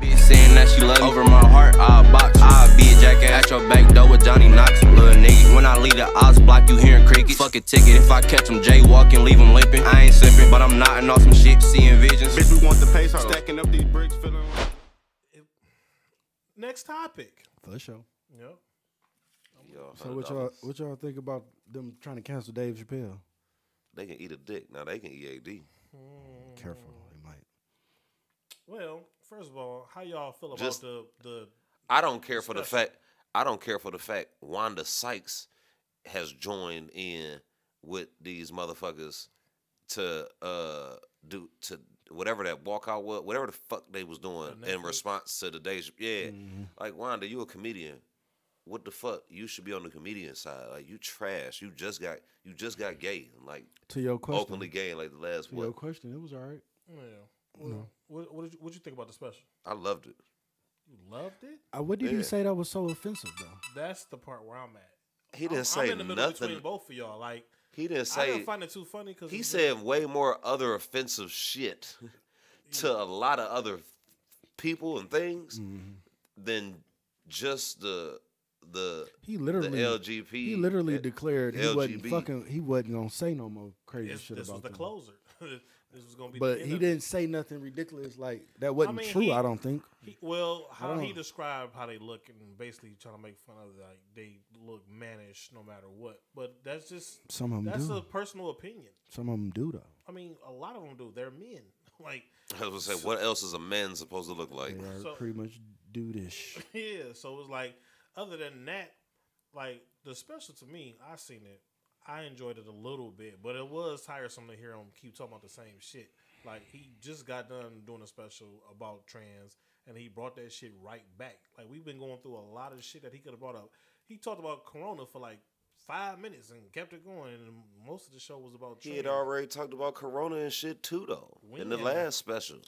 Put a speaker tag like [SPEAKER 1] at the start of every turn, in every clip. [SPEAKER 1] saying that she love me. Over my heart, I'll box. you. I'll be a jackass at your back door with Johnny Knox, you little nigga. When I leave the odds block, you hearing crickets. Fuck a ticket if I catch him jaywalking, leave him limping. I ain't sipping, but I'm nodding off some shit, seeing visions.
[SPEAKER 2] Bitch, we want the pace. Stacking up these bricks, filling.
[SPEAKER 3] Next topic.
[SPEAKER 4] For sure.
[SPEAKER 3] Yep.
[SPEAKER 4] So what y'all what y'all think about them trying to cancel Dave Chappelle?
[SPEAKER 5] Mm-hmm. They can eat a dick. Now they can EAD.
[SPEAKER 4] Careful, they might.
[SPEAKER 3] Well, first of all, how y'all feel about
[SPEAKER 5] Just-
[SPEAKER 3] the the
[SPEAKER 5] I don't care for the fact. I don't care for the fact Wanda Sykes has joined in with these motherfuckers to uh do to whatever that walkout was, whatever the fuck they was doing in
[SPEAKER 3] Netflix?
[SPEAKER 5] response to the Mm-hmm. days. Yeah, like Wanda, you a comedian. What the fuck? You should be on the comedian side. Like you trash. You just got you just got gay. Like
[SPEAKER 4] To your question.
[SPEAKER 5] openly gay. Like the last
[SPEAKER 4] to your
[SPEAKER 5] one.
[SPEAKER 4] question, it was all right.
[SPEAKER 3] yeah. Well, What what did you, what you think about the special?
[SPEAKER 5] I loved it.
[SPEAKER 3] You loved it.
[SPEAKER 4] Uh, what did you
[SPEAKER 5] Yeah.
[SPEAKER 4] say that was so offensive though?
[SPEAKER 3] That's the part where I'm at.
[SPEAKER 5] He didn't
[SPEAKER 3] I'm,
[SPEAKER 5] say
[SPEAKER 3] I'm in the middle
[SPEAKER 5] nothing.
[SPEAKER 3] between both of y'all. Like
[SPEAKER 5] He didn't
[SPEAKER 3] I
[SPEAKER 5] say.
[SPEAKER 3] didn't find it too funny because
[SPEAKER 5] He said way more other offensive shit to a lot of other people and things than just the the
[SPEAKER 4] He literally
[SPEAKER 5] the LGP.
[SPEAKER 4] He literally
[SPEAKER 5] uh,
[SPEAKER 4] declared he wasn't
[SPEAKER 5] LGB.
[SPEAKER 4] fucking he wasn't gonna say no more crazy
[SPEAKER 3] this,
[SPEAKER 4] shit
[SPEAKER 3] this was
[SPEAKER 4] about
[SPEAKER 3] the
[SPEAKER 4] them.
[SPEAKER 3] closer. this was gonna be.
[SPEAKER 4] But
[SPEAKER 3] the end
[SPEAKER 4] he
[SPEAKER 3] of it.
[SPEAKER 4] didn't say nothing ridiculous like that wasn't
[SPEAKER 3] mean,
[SPEAKER 4] true,
[SPEAKER 3] he-
[SPEAKER 4] I don't think.
[SPEAKER 3] He, well, how
[SPEAKER 4] don't
[SPEAKER 3] he
[SPEAKER 4] know.
[SPEAKER 3] described how they look and basically trying to make fun of like they look mannish no matter what. But that's just
[SPEAKER 4] Some of 'em
[SPEAKER 3] That's
[SPEAKER 4] do.
[SPEAKER 3] a personal opinion.
[SPEAKER 4] Some of them do though.
[SPEAKER 3] I mean, a lot of them do. They're men. Like
[SPEAKER 5] I was gonna say, what else is a man supposed to look like?
[SPEAKER 4] They are
[SPEAKER 3] So-
[SPEAKER 4] pretty much dudish.
[SPEAKER 3] yeah. So it was like other than that, like the special to me, I seen it. I enjoyed it a little bit, but it was tiresome to hear him keep talking about the same shit. Like he just got done doing a special about trans, and he brought that shit right back. Like we've been going through a lot of shit that he could have brought up. He talked about Corona for like five minutes and kept it going, and most of the show was about
[SPEAKER 5] He
[SPEAKER 3] trans.
[SPEAKER 5] had already talked about Corona and shit too, though. In the
[SPEAKER 3] When?
[SPEAKER 5] last special,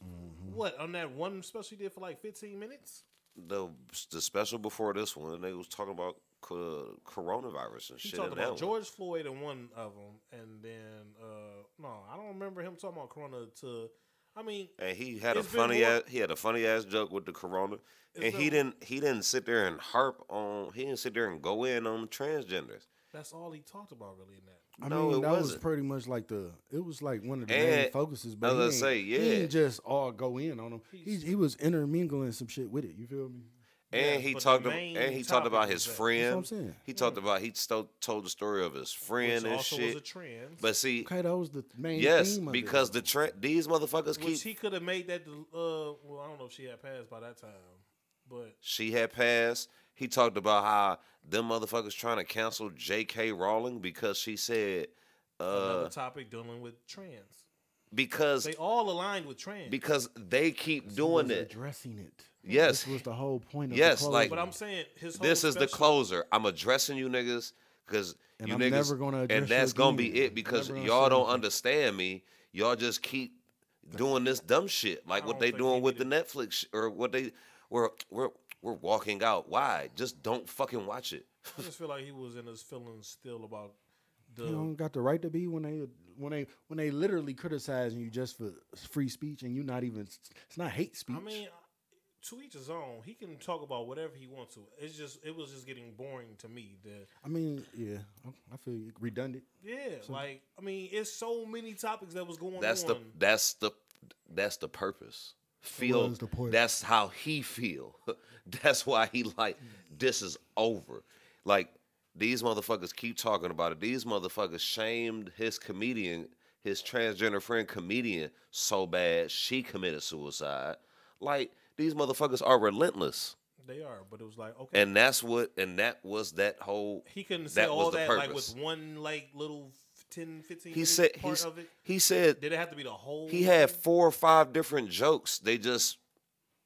[SPEAKER 3] what on that one special he did for like fifteen minutes.
[SPEAKER 5] the the special before this one, they was talking about co- coronavirus and
[SPEAKER 3] He
[SPEAKER 5] shit.
[SPEAKER 3] talked
[SPEAKER 5] in that
[SPEAKER 3] about
[SPEAKER 5] one.
[SPEAKER 3] George Floyd in one of them, and then uh, no, I don't remember him talking about Corona. To I mean,
[SPEAKER 5] and he had
[SPEAKER 3] It's
[SPEAKER 5] a
[SPEAKER 3] been
[SPEAKER 5] funny
[SPEAKER 3] more-
[SPEAKER 5] ass, he had a funny ass joke with the corona, and he
[SPEAKER 3] been-
[SPEAKER 5] didn't he didn't sit there and harp on he didn't sit there and go in on transgenders.
[SPEAKER 3] that's all he talked about really in that.
[SPEAKER 4] I
[SPEAKER 5] No,
[SPEAKER 4] mean,
[SPEAKER 5] it
[SPEAKER 4] that was
[SPEAKER 5] wasn't.
[SPEAKER 4] pretty much like the it was like one of the main
[SPEAKER 5] And-
[SPEAKER 4] focuses.
[SPEAKER 5] I
[SPEAKER 4] But
[SPEAKER 5] was
[SPEAKER 4] he
[SPEAKER 5] gonna
[SPEAKER 4] ain't-
[SPEAKER 5] say, yeah.
[SPEAKER 4] he didn't just all go in on him. He
[SPEAKER 3] He's-
[SPEAKER 4] he was intermingling some shit with it. You feel me?
[SPEAKER 5] And
[SPEAKER 3] Yeah,
[SPEAKER 5] he
[SPEAKER 3] but the
[SPEAKER 5] talked ab-
[SPEAKER 3] main
[SPEAKER 5] and he talked
[SPEAKER 3] topic
[SPEAKER 5] about
[SPEAKER 3] was
[SPEAKER 5] his
[SPEAKER 3] that. That's
[SPEAKER 5] friend.
[SPEAKER 4] what I'm saying.
[SPEAKER 5] He talked about he sto- told the story of his friend
[SPEAKER 3] Which
[SPEAKER 5] and
[SPEAKER 3] also
[SPEAKER 5] shit.
[SPEAKER 3] was a trans,
[SPEAKER 5] but see,
[SPEAKER 4] Okay, that was the main.
[SPEAKER 5] yes,
[SPEAKER 4] theme of it.
[SPEAKER 5] because the tra- these motherfuckers keep
[SPEAKER 3] which he could have made that. Uh, well, I don't know if she had passed by that time, but
[SPEAKER 5] she had passed. He talked about how them motherfuckers trying to cancel J.K. Rowling because she said uh
[SPEAKER 3] another topic dealing with trans.
[SPEAKER 5] because
[SPEAKER 3] They all aligned with trans.
[SPEAKER 5] because they keep
[SPEAKER 4] He
[SPEAKER 5] doing
[SPEAKER 4] was
[SPEAKER 5] it.
[SPEAKER 4] addressing it.
[SPEAKER 5] Yes,
[SPEAKER 4] This was the whole point. Of
[SPEAKER 5] Yes,
[SPEAKER 4] the close.
[SPEAKER 5] like-
[SPEAKER 3] but I'm saying his whole
[SPEAKER 5] this is the
[SPEAKER 3] special-
[SPEAKER 5] closer. I'm addressing you niggas because
[SPEAKER 4] And
[SPEAKER 5] you
[SPEAKER 4] I'm
[SPEAKER 5] niggas
[SPEAKER 4] never gonna address
[SPEAKER 5] and
[SPEAKER 4] you
[SPEAKER 5] that's gonna be
[SPEAKER 4] again.
[SPEAKER 5] it because
[SPEAKER 4] Never gonna
[SPEAKER 5] y'all
[SPEAKER 4] say
[SPEAKER 5] don't
[SPEAKER 4] anything.
[SPEAKER 5] understand me. Y'all just keep doing this dumb shit like what
[SPEAKER 3] don't
[SPEAKER 5] they
[SPEAKER 3] think he
[SPEAKER 5] doing with the
[SPEAKER 3] needed-
[SPEAKER 5] Netflix sh- or what they we're we're we're walking out. Why? Just don't fucking watch it.
[SPEAKER 3] I just feel like he was in his feelings still about
[SPEAKER 4] you
[SPEAKER 3] the
[SPEAKER 4] don't got the right to be when they when they when they literally criticizing you just for free speech and you not even. It's not hate speech.
[SPEAKER 3] I mean, to each his own. He can talk about whatever he wants to. It's just it was just getting boring to me. That
[SPEAKER 4] I mean, yeah, I- I feel you. redundant.
[SPEAKER 3] yeah, like I mean, it's so many topics that was going
[SPEAKER 5] That's
[SPEAKER 3] on.
[SPEAKER 5] the that's the that's the purpose. Feel
[SPEAKER 4] was the point.
[SPEAKER 5] that's how he feel. that's why he like this is over. Like these motherfuckers keep talking about it. These motherfuckers shamed his comedian, his transgender friend comedian so bad she committed suicide. Like these motherfuckers are relentless.
[SPEAKER 3] they are, but it was like okay,
[SPEAKER 5] And that's what and that was that whole
[SPEAKER 3] he couldn't say
[SPEAKER 5] that was
[SPEAKER 3] all
[SPEAKER 5] the
[SPEAKER 3] that like
[SPEAKER 5] purpose.
[SPEAKER 3] with one like little f- 10, 15
[SPEAKER 5] he
[SPEAKER 3] minute
[SPEAKER 5] said he,
[SPEAKER 3] part
[SPEAKER 5] s-
[SPEAKER 3] of it.
[SPEAKER 5] he said
[SPEAKER 3] Did it have to be the whole?
[SPEAKER 5] he had four or five different jokes. They just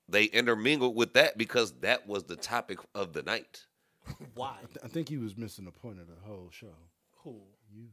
[SPEAKER 5] they intermingled with that because that was the topic of the night.
[SPEAKER 3] thing? why?
[SPEAKER 4] I think he was missing the point of the whole show.
[SPEAKER 3] Who you?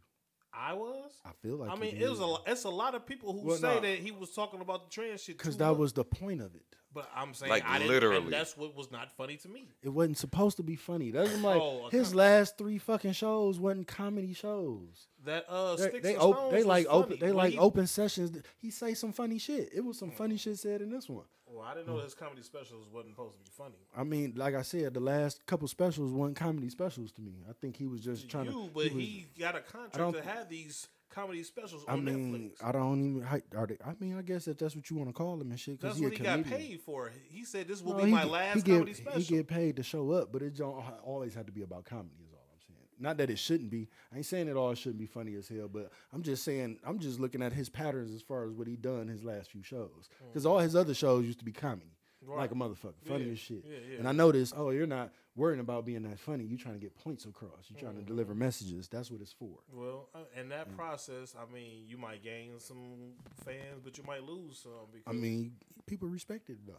[SPEAKER 3] I was.
[SPEAKER 4] I feel like
[SPEAKER 3] I
[SPEAKER 4] he
[SPEAKER 3] mean,
[SPEAKER 4] did.
[SPEAKER 3] it was a. lo- It's a lot of people who
[SPEAKER 4] Well,
[SPEAKER 3] say
[SPEAKER 4] nah.
[SPEAKER 3] that he was talking about the trans shit
[SPEAKER 4] Because
[SPEAKER 3] too
[SPEAKER 4] that
[SPEAKER 3] much.
[SPEAKER 4] was the point of it.
[SPEAKER 3] But I'm saying
[SPEAKER 5] Like,
[SPEAKER 3] I didn't,
[SPEAKER 5] literally.
[SPEAKER 3] And that's what was not funny to me.
[SPEAKER 4] It wasn't supposed to be funny. That's what I'm like
[SPEAKER 3] Oh, a
[SPEAKER 4] his
[SPEAKER 3] com-
[SPEAKER 4] last three fucking shows wasn't comedy shows.
[SPEAKER 3] That uh,
[SPEAKER 4] They,
[SPEAKER 3] sticks
[SPEAKER 4] they,
[SPEAKER 3] and
[SPEAKER 4] op-
[SPEAKER 3] stones
[SPEAKER 4] they
[SPEAKER 3] was
[SPEAKER 4] like
[SPEAKER 3] funny.
[SPEAKER 4] open they
[SPEAKER 3] When
[SPEAKER 4] like
[SPEAKER 3] he-
[SPEAKER 4] open sessions. He say some funny shit. It was some funny shit said in this one.
[SPEAKER 3] Well, I didn't know his comedy specials wasn't supposed to be funny.
[SPEAKER 4] I mean, like I said, the last couple specials weren't comedy specials to me. I think he was just trying
[SPEAKER 3] you,
[SPEAKER 4] to.
[SPEAKER 3] but he,
[SPEAKER 4] was-
[SPEAKER 3] got a
[SPEAKER 4] don't
[SPEAKER 3] contract to
[SPEAKER 4] thi-
[SPEAKER 3] have these comedy specials
[SPEAKER 4] I
[SPEAKER 3] on
[SPEAKER 4] mean,
[SPEAKER 3] Netflix.
[SPEAKER 4] I don't even. I- Are they, I mean, I guess if that's what you want to call him and shit, because
[SPEAKER 3] That's
[SPEAKER 4] he a
[SPEAKER 3] what he
[SPEAKER 4] comedian.
[SPEAKER 3] got paid for. He said this will
[SPEAKER 4] No,
[SPEAKER 3] be
[SPEAKER 4] he
[SPEAKER 3] my
[SPEAKER 4] get-
[SPEAKER 3] last
[SPEAKER 4] he get,
[SPEAKER 3] comedy special.
[SPEAKER 4] He get paid to show up, but it don't ha- always have to be about comedy. Is all I'm saying. Not that it shouldn't be. I ain't saying it all shouldn't be funny as hell, but I'm just saying I'm just looking at his patterns as far as what he done his last few shows, because all his other shows used to be comedy. Like a motherfucker, funny
[SPEAKER 3] Mm. Yeah,
[SPEAKER 4] as shit.
[SPEAKER 3] yeah, yeah.
[SPEAKER 4] And I noticed, oh, you're not worrying about being that funny. You're trying to get points across. You're trying to
[SPEAKER 3] Mm.
[SPEAKER 4] deliver messages. That's what it's for.
[SPEAKER 3] Well, uh, in that process, I mean, you might gain some fans, but you might lose some. Because
[SPEAKER 4] I mean, people respect it though.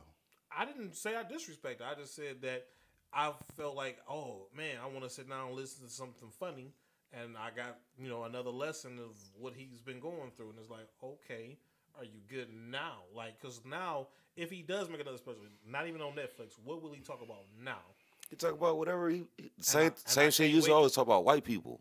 [SPEAKER 3] I didn't say I disrespect. I just said that I felt like, oh man, I want to sit down and listen to something funny, and I got you know another lesson of what he's been going through, and it's like, okay, are you good now? Like, because now if he does make another special, not even on Netflix, what will he talk about now?
[SPEAKER 5] He talk about whatever he same
[SPEAKER 3] and I
[SPEAKER 5] same shit.
[SPEAKER 3] can't
[SPEAKER 5] He used to
[SPEAKER 3] wait-
[SPEAKER 5] always talk about white people.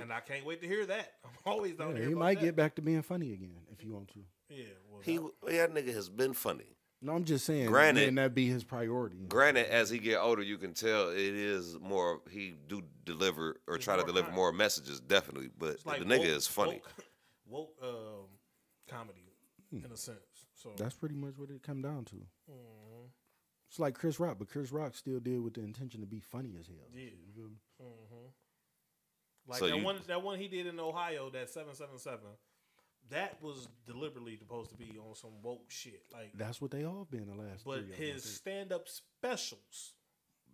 [SPEAKER 3] and I can't wait to hear that. I'm always down
[SPEAKER 4] Yeah,
[SPEAKER 3] here.
[SPEAKER 4] he might get back to being funny again if you want to.
[SPEAKER 3] Yeah, well,
[SPEAKER 5] He yeah, that nigga has been funny.
[SPEAKER 4] No, I'm just saying.
[SPEAKER 5] Granted-
[SPEAKER 4] and that be his priority.
[SPEAKER 5] Granted, as he get older, you can tell it is more. He do deliver or try to
[SPEAKER 3] more
[SPEAKER 5] deliver
[SPEAKER 3] con-
[SPEAKER 5] more messages, definitely. But
[SPEAKER 3] It's like
[SPEAKER 5] the nigga
[SPEAKER 3] woke-
[SPEAKER 5] is funny.
[SPEAKER 3] Woke, woke um, comedy, in a sense. So
[SPEAKER 4] Hmm.
[SPEAKER 3] mm-hmm.
[SPEAKER 4] That's pretty much what it come down to. It's like Chris Rock, but Chris Rock still did with the intention to be funny as hell.
[SPEAKER 3] yeah. hmm Like
[SPEAKER 5] So
[SPEAKER 3] that
[SPEAKER 5] you-
[SPEAKER 3] one, that one he did in Ohio, that seven seven seven. That was deliberately supposed to be on some woke shit, like.
[SPEAKER 4] That's what they all been the last.
[SPEAKER 3] but
[SPEAKER 4] three of them, I
[SPEAKER 3] his stand up specials,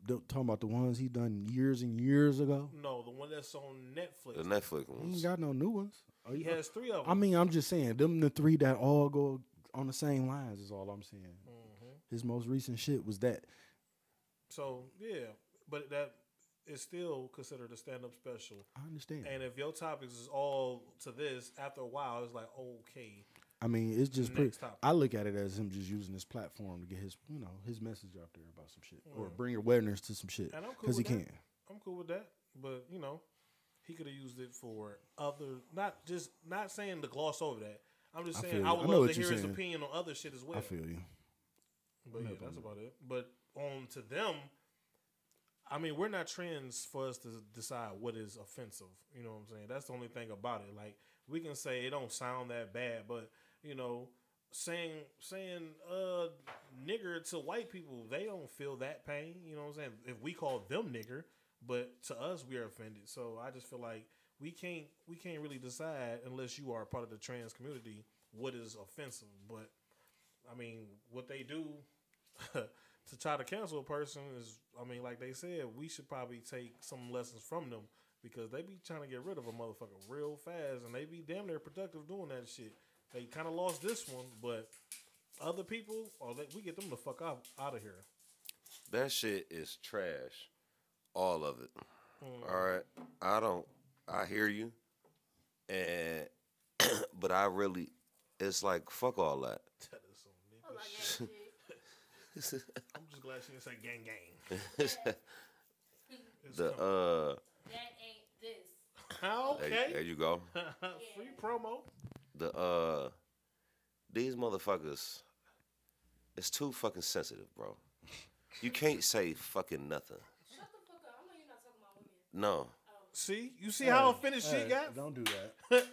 [SPEAKER 4] think. The- talking about the ones he done years and years ago.
[SPEAKER 3] no, the one that's on
[SPEAKER 5] The
[SPEAKER 3] Netflix,
[SPEAKER 5] Netflix
[SPEAKER 4] He ain't
[SPEAKER 5] ones.
[SPEAKER 4] got no new ones. Oh,
[SPEAKER 3] he
[SPEAKER 4] yeah.
[SPEAKER 3] has three of them.
[SPEAKER 4] I mean, I'm just saying them the three that all go on the same lines is all I'm saying.
[SPEAKER 3] Mm-hmm.
[SPEAKER 4] His most recent shit was that.
[SPEAKER 3] so yeah, but that is still considered a stand up special.
[SPEAKER 4] I understand.
[SPEAKER 3] And if your topics is all to this, after a while, it's like okay,
[SPEAKER 4] I mean, it's just pretty.
[SPEAKER 3] Next topic.
[SPEAKER 4] I look at it as him just using this platform to get his, you know, his message out there about some shit or bring awareness to some shit
[SPEAKER 3] Mm. And I'm cool
[SPEAKER 4] because he
[SPEAKER 3] with that.
[SPEAKER 4] can.
[SPEAKER 3] I'm cool with that. But you know, he could have used it for other, not just not saying to gloss over that. I'm just
[SPEAKER 4] I
[SPEAKER 3] saying
[SPEAKER 4] feel
[SPEAKER 3] I
[SPEAKER 4] you.
[SPEAKER 3] would
[SPEAKER 4] I know
[SPEAKER 3] love to
[SPEAKER 4] what you're
[SPEAKER 3] hear his
[SPEAKER 4] saying.
[SPEAKER 3] opinion on other shit as well.
[SPEAKER 4] I feel you.
[SPEAKER 3] But yeah, that's about it. But on to them, I mean, we're not trends for us to decide what is offensive. You know what I'm saying? That's the only thing about it. Like we can say it don't sound that bad, but you know, saying saying uh nigger to white people, they don't feel that pain. You know what I'm saying? If we call them nigger, but to us we are offended. So I just feel like we can't we can't really decide unless you are a part of the trans community what is offensive. But I mean, what they do to try to cancel a person is, I mean, like they said, we should probably take some lessons from them because they be trying to get rid of a motherfucker real fast, and they be damn near productive doing that shit. They kind of lost this one, but other people, or they, we get them the fuck out out of here.
[SPEAKER 5] That shit is trash. All of it. All right. I don't. I hear you. And but I really, it's like fuck all that.
[SPEAKER 3] That is some
[SPEAKER 6] Oh
[SPEAKER 3] nigga shit. I'm just glad she didn't say gang gang. It's
[SPEAKER 5] the
[SPEAKER 3] coming.
[SPEAKER 5] uh.
[SPEAKER 6] That ain't this.
[SPEAKER 5] Hey, There
[SPEAKER 3] okay,
[SPEAKER 5] you go.
[SPEAKER 3] free promo.
[SPEAKER 5] the uh these motherfuckers it's too fucking sensitive, bro. You can't say fucking nothing.
[SPEAKER 6] Shut the fuck up. I know you're not talking about
[SPEAKER 5] No.
[SPEAKER 6] women.
[SPEAKER 3] See, you see how offended she got.
[SPEAKER 4] Don't do that.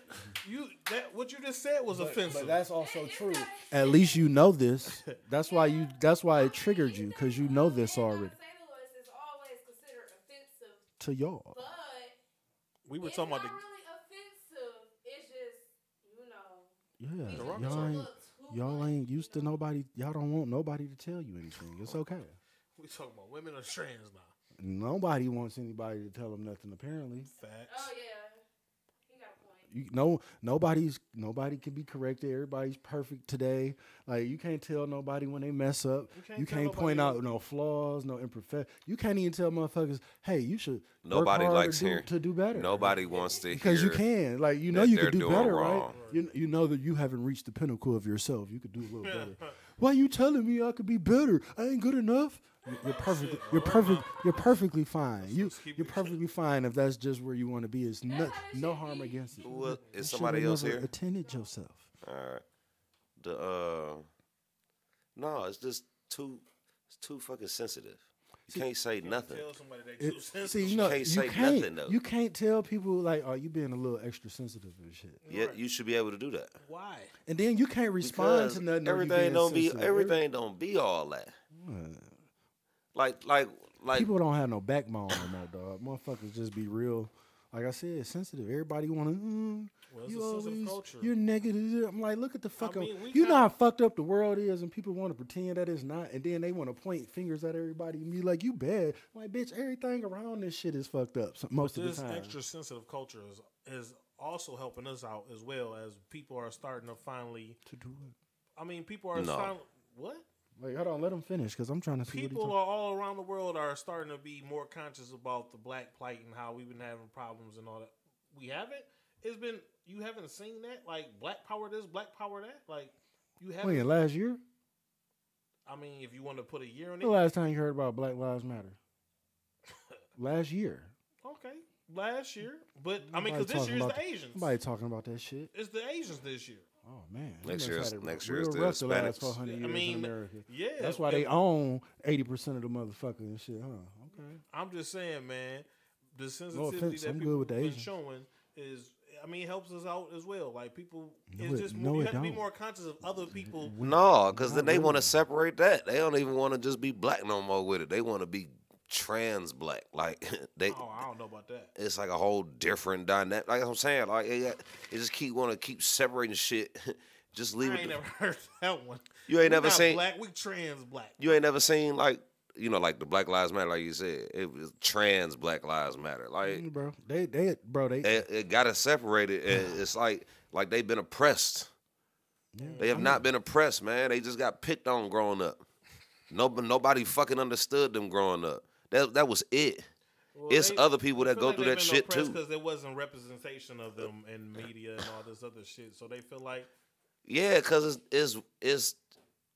[SPEAKER 3] You that what you just said was offensive.
[SPEAKER 4] that's also true. At least you know this. That's why you. That's why it triggered you because you know this already.
[SPEAKER 6] Sailors is always considered offensive,
[SPEAKER 4] To y'all,
[SPEAKER 6] but
[SPEAKER 3] we were
[SPEAKER 6] it's
[SPEAKER 3] talking
[SPEAKER 6] not
[SPEAKER 3] about the
[SPEAKER 6] really offensive. It's just, you
[SPEAKER 4] yeah.
[SPEAKER 6] know, it's just
[SPEAKER 4] Y'all ain't.
[SPEAKER 6] looks, who
[SPEAKER 4] Y'all
[SPEAKER 6] would,
[SPEAKER 4] ain't used
[SPEAKER 6] you
[SPEAKER 4] to nobody. Y'all don't want nobody to tell you anything. It's okay.
[SPEAKER 3] we talking about women or trans now.
[SPEAKER 4] Nobody wants anybody to tell them nothing. Apparently,
[SPEAKER 3] Facts.
[SPEAKER 6] Oh yeah, you got a point.
[SPEAKER 4] you know nobody's nobody can be corrected everybody's perfect today like you can't tell nobody when they mess up you
[SPEAKER 3] can't
[SPEAKER 4] can't,
[SPEAKER 3] tell
[SPEAKER 4] point
[SPEAKER 3] nobody-
[SPEAKER 4] out no flaws no imperfection you can't even tell motherfuckers hey you should
[SPEAKER 5] Nobody
[SPEAKER 4] work harder
[SPEAKER 5] likes
[SPEAKER 4] to,
[SPEAKER 5] hearing
[SPEAKER 4] to do better
[SPEAKER 5] Nobody wants to
[SPEAKER 4] because
[SPEAKER 5] hear
[SPEAKER 4] you can like you know
[SPEAKER 5] that
[SPEAKER 4] you
[SPEAKER 5] they're
[SPEAKER 4] could do
[SPEAKER 5] doing
[SPEAKER 4] better
[SPEAKER 5] wrong.
[SPEAKER 4] right you, you know that you haven't reached the pinnacle of yourself you could do a little better Why you telling me I could be better? I ain't good enough. You- You're perfect. You're perfect. You're perfectly fine. You you're perfectly fine if that's just where you want to be. It's no, no harm against it.
[SPEAKER 5] Who was-
[SPEAKER 4] You
[SPEAKER 5] is
[SPEAKER 4] should
[SPEAKER 5] somebody
[SPEAKER 4] have
[SPEAKER 5] else
[SPEAKER 4] never
[SPEAKER 5] here?
[SPEAKER 4] Attended yourself.
[SPEAKER 5] All right. The uh, no, it's just too, it's too fucking sensitive. You can't say nothing.
[SPEAKER 3] Tell somebody they
[SPEAKER 4] It-
[SPEAKER 3] too sensitive.
[SPEAKER 4] see, you know,
[SPEAKER 5] can't
[SPEAKER 4] you
[SPEAKER 5] say
[SPEAKER 4] can't.
[SPEAKER 5] nothing, though.
[SPEAKER 4] you can't tell people like, "Oh, you being a little extra sensitive and shit."
[SPEAKER 5] Yeah, you should be able to do that.
[SPEAKER 3] Why?
[SPEAKER 4] And then you can't respond
[SPEAKER 5] Because
[SPEAKER 4] to nothing. when you
[SPEAKER 5] Everything
[SPEAKER 4] being
[SPEAKER 5] don't be
[SPEAKER 4] sensitive. Every-
[SPEAKER 5] everything don't be all that. Like like like
[SPEAKER 4] People don't have no backbone no more, dog. Motherfuckers just be real. Like I said, sensitive. Everybody want to. Mm,
[SPEAKER 3] Well, it's
[SPEAKER 4] you
[SPEAKER 3] a sensitive
[SPEAKER 4] always,
[SPEAKER 3] culture.
[SPEAKER 4] you're negative. I'm like, look at the fucking.
[SPEAKER 3] mean, we
[SPEAKER 4] you know
[SPEAKER 3] kinda-
[SPEAKER 4] how fucked up the world is, and people want to pretend that it's not, and then they want to point fingers at everybody and be like, "You bad." I'm like, bitch, everything around this shit is fucked up so- most of
[SPEAKER 3] This
[SPEAKER 4] the time.
[SPEAKER 3] extra sensitive culture is is also helping us out as well as people are starting to finally.
[SPEAKER 4] to do it.
[SPEAKER 3] I mean, people are
[SPEAKER 5] No.
[SPEAKER 3] finally what?
[SPEAKER 4] Like, hold on, let him finish because I'm trying to see
[SPEAKER 3] People
[SPEAKER 4] what
[SPEAKER 3] are all around the world are starting to be more conscious about the black plight and how we've been having problems and all that. We haven't. It's been you haven't seen that like black power this, black power that. Like you
[SPEAKER 4] he. Wait,
[SPEAKER 3] haven't.
[SPEAKER 4] last year,
[SPEAKER 3] I mean, if you want to put a year in
[SPEAKER 4] the
[SPEAKER 3] it,
[SPEAKER 4] last time you heard about Black Lives Matter, last year.
[SPEAKER 3] okay, last year. But I mean, because
[SPEAKER 4] Nobody
[SPEAKER 3] this year is
[SPEAKER 4] talking
[SPEAKER 3] the
[SPEAKER 4] about-
[SPEAKER 3] Asians.
[SPEAKER 4] Nobody talking about that shit.
[SPEAKER 3] It's the Asians this year.
[SPEAKER 4] Oh man! They
[SPEAKER 5] Next
[SPEAKER 4] must
[SPEAKER 5] year's-
[SPEAKER 4] had it
[SPEAKER 5] next
[SPEAKER 4] real
[SPEAKER 5] year's the
[SPEAKER 4] rough the last
[SPEAKER 5] Hispanics.
[SPEAKER 4] 400
[SPEAKER 3] I
[SPEAKER 4] years
[SPEAKER 3] mean,
[SPEAKER 4] in America.
[SPEAKER 3] yeah,
[SPEAKER 4] that's why
[SPEAKER 3] it-
[SPEAKER 4] they own eighty percent of the motherfuckers and shit, huh? Okay.
[SPEAKER 3] I'm just saying, man, the sensitivity
[SPEAKER 4] offense,
[SPEAKER 3] that
[SPEAKER 4] I'm
[SPEAKER 3] people
[SPEAKER 4] good with the
[SPEAKER 3] have been
[SPEAKER 4] Asians.
[SPEAKER 3] showing is, I mean, it helps us out as well. Like people,
[SPEAKER 4] No,
[SPEAKER 3] it's
[SPEAKER 4] it-
[SPEAKER 3] just
[SPEAKER 4] no,
[SPEAKER 3] you
[SPEAKER 4] it
[SPEAKER 3] have to be
[SPEAKER 4] don't.
[SPEAKER 3] more conscious of other people.
[SPEAKER 5] no, because then
[SPEAKER 4] Not
[SPEAKER 5] they want to
[SPEAKER 4] really.
[SPEAKER 5] separate that. They don't even want to just be black no more with it. They want to be trans black. Like they
[SPEAKER 3] Oh, I don't know about that.
[SPEAKER 5] it's like a whole different dynamic. Like I'm saying, like it, got- it just keep want to keep separating shit. just leave
[SPEAKER 3] I
[SPEAKER 5] it.
[SPEAKER 3] ain't
[SPEAKER 5] the-
[SPEAKER 3] never heard that one.
[SPEAKER 5] You ain't
[SPEAKER 3] We
[SPEAKER 5] never
[SPEAKER 3] not
[SPEAKER 5] seen-
[SPEAKER 3] black. We trans black.
[SPEAKER 5] you ain't never seen like you know like the Black Lives Matter, like you said, it was trans Black Lives Matter. Like
[SPEAKER 4] Mm, bro, they they bro they.
[SPEAKER 5] it, it got us separated, and it's like like they've been oppressed. They have not been oppressed, man. They just got picked on growing up. No, nobody fucking understood them growing up. That that was it. it's other people that go through that shit too.
[SPEAKER 3] because there wasn't representation of them in media and all this other shit. So they feel like
[SPEAKER 5] Yeah, because it's, it's it's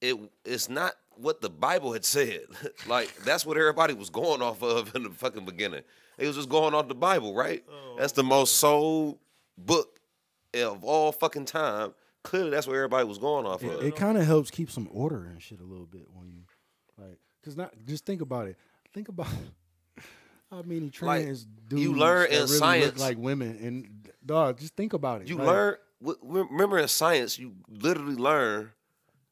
[SPEAKER 5] it it's not what the Bible had said. like that's what everybody was going off of in the fucking beginning. They was just going off the Bible, right? that's the most sold book of all fucking time. Clearly, that's what everybody was going off
[SPEAKER 4] it
[SPEAKER 5] of.
[SPEAKER 4] kind of helps keep some order and shit a little bit when you like, cause not just think about it. Think about how many
[SPEAKER 5] Like,
[SPEAKER 4] trans
[SPEAKER 5] you
[SPEAKER 4] dudes that
[SPEAKER 5] learn in
[SPEAKER 4] really look
[SPEAKER 5] science-
[SPEAKER 4] like women and dog. Just think about it.
[SPEAKER 5] You
[SPEAKER 4] Like,
[SPEAKER 5] learn. w- w- Remember in science, you literally learn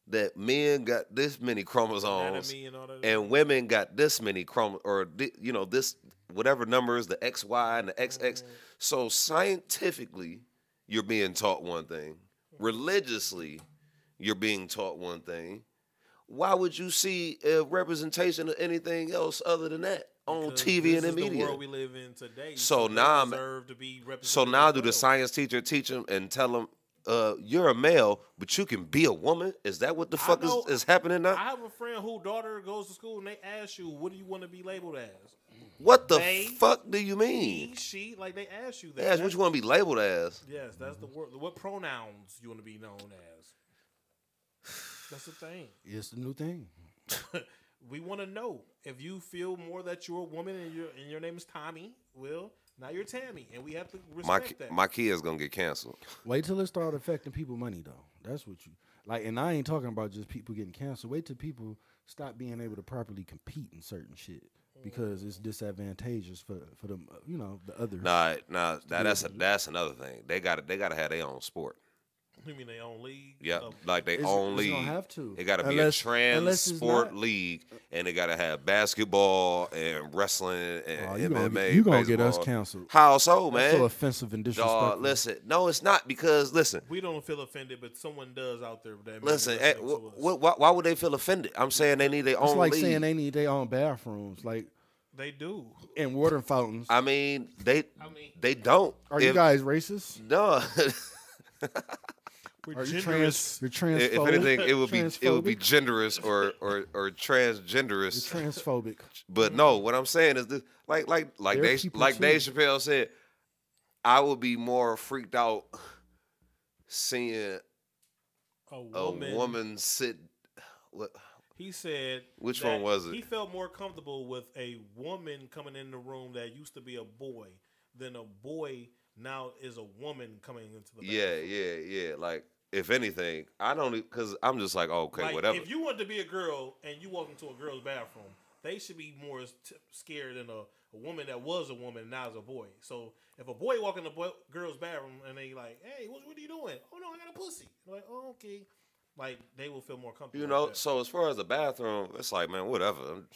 [SPEAKER 5] that men got this many chromosomes
[SPEAKER 3] anatomy and all that.
[SPEAKER 5] Oh, and women got this many chrom or thi- you know this whatever numbers the XY and the XX.
[SPEAKER 3] Mm-hmm.
[SPEAKER 5] So scientifically, you're being taught one thing. Religiously, you're being taught one thing. Why would you see a representation of anything else other than that on
[SPEAKER 3] because
[SPEAKER 5] TV
[SPEAKER 3] this
[SPEAKER 5] and in
[SPEAKER 3] is the
[SPEAKER 5] media?
[SPEAKER 3] world we live in today.
[SPEAKER 5] So
[SPEAKER 3] they
[SPEAKER 5] now I'm-
[SPEAKER 3] deserve to be represented.
[SPEAKER 5] So now,
[SPEAKER 3] as
[SPEAKER 5] do the
[SPEAKER 3] well.
[SPEAKER 5] science teacher teach him and tell him, uh, "You're a male, but you can be a woman"? Is that what the fuck
[SPEAKER 3] know-
[SPEAKER 5] is, is happening now?
[SPEAKER 3] I have a friend whose daughter goes to school and they ask you, what do you want to be labeled as?
[SPEAKER 5] what the
[SPEAKER 3] they-
[SPEAKER 5] fuck do you
[SPEAKER 3] He,
[SPEAKER 5] mean?
[SPEAKER 3] she, like they ask you that.
[SPEAKER 5] Yes, what you want to be labeled as?
[SPEAKER 3] Yes, that's the word. What pronouns you want to be known as? That's the thing.
[SPEAKER 4] It's the new thing.
[SPEAKER 3] We want to know if you feel more that you're a woman and your and your name is Tommy. Well, now you're Tammy, and we have to
[SPEAKER 5] My
[SPEAKER 3] respect
[SPEAKER 5] ki-
[SPEAKER 3] that.
[SPEAKER 5] my kid's gonna get canceled.
[SPEAKER 4] Wait till it start affecting people money though. That's what you like. And I ain't talking about just people getting canceled. Wait till people stop being able to properly compete in certain shit because it's disadvantageous for for them. uh, You know the others.
[SPEAKER 5] Nah, nah, nah that's
[SPEAKER 3] Mm-hmm.
[SPEAKER 5] a, that's another thing. They got to they got to have their own sport.
[SPEAKER 3] you mean they own league?
[SPEAKER 5] Yeah,
[SPEAKER 3] Oh,
[SPEAKER 5] like they
[SPEAKER 4] It's- it's
[SPEAKER 5] own
[SPEAKER 4] gonna
[SPEAKER 5] league.
[SPEAKER 4] have to.
[SPEAKER 5] It got to be a
[SPEAKER 4] Unless-
[SPEAKER 5] trans
[SPEAKER 4] unless it's
[SPEAKER 5] sport
[SPEAKER 4] not-
[SPEAKER 5] league, and they got to have basketball and wrestling and
[SPEAKER 4] Oh, you gonna
[SPEAKER 5] MMA.
[SPEAKER 4] get- you gonna get us
[SPEAKER 5] baseball.
[SPEAKER 4] canceled.
[SPEAKER 5] How so, man?
[SPEAKER 4] That's so offensive and disrespectful.
[SPEAKER 5] Dawg, listen, no, it's not because listen,
[SPEAKER 3] we don't feel offended, but someone does out there. That may be
[SPEAKER 5] listen. eh,
[SPEAKER 3] listening
[SPEAKER 5] wh-
[SPEAKER 3] to us.
[SPEAKER 5] wh- why, why would they feel offended? I'm saying they need their
[SPEAKER 4] it's
[SPEAKER 5] own
[SPEAKER 4] like
[SPEAKER 5] league.
[SPEAKER 4] saying they need their own bathrooms, like
[SPEAKER 3] they do.
[SPEAKER 4] and water fountains.
[SPEAKER 5] I mean, they
[SPEAKER 3] I mean-
[SPEAKER 5] they don't.
[SPEAKER 4] Are you
[SPEAKER 5] if,
[SPEAKER 4] guys racist?
[SPEAKER 5] No.
[SPEAKER 3] We're
[SPEAKER 4] Are you
[SPEAKER 3] generous.
[SPEAKER 4] trans? You're transphobic.
[SPEAKER 5] if anything, it would be it would be
[SPEAKER 4] Transphobic?
[SPEAKER 5] genderous or or or
[SPEAKER 4] You're
[SPEAKER 5] transgenderous.
[SPEAKER 4] transphobic.
[SPEAKER 5] But no, what I'm saying is this: like like like
[SPEAKER 4] There are
[SPEAKER 5] they
[SPEAKER 4] people
[SPEAKER 5] like
[SPEAKER 4] too.
[SPEAKER 5] Dave Chappelle said, I would be more freaked out seeing
[SPEAKER 3] a
[SPEAKER 5] a
[SPEAKER 3] woman.
[SPEAKER 5] woman sit what,
[SPEAKER 3] He said,
[SPEAKER 5] Which
[SPEAKER 3] that
[SPEAKER 5] one was it?
[SPEAKER 3] He felt more comfortable with a woman coming in the room that used to be a boy than a boy now is a woman coming into the
[SPEAKER 5] yeah,
[SPEAKER 3] bathroom.
[SPEAKER 5] yeah, yeah. Like if anything, I don't because I'm just like okay,
[SPEAKER 3] like,
[SPEAKER 5] whatever.
[SPEAKER 3] If you want to be a girl and you walk into a girl's bathroom, they should be more t- scared than a, a woman that was a woman and now is a boy. So if a boy walk in the boy, girl's bathroom and they like, hey, what, what are you doing? Oh no, I got a pussy. like, oh okay. Like they will feel more comfortable.
[SPEAKER 5] You
[SPEAKER 3] with
[SPEAKER 5] know,
[SPEAKER 3] that.
[SPEAKER 5] so as far as the bathroom, it's like, man, whatever. I'm-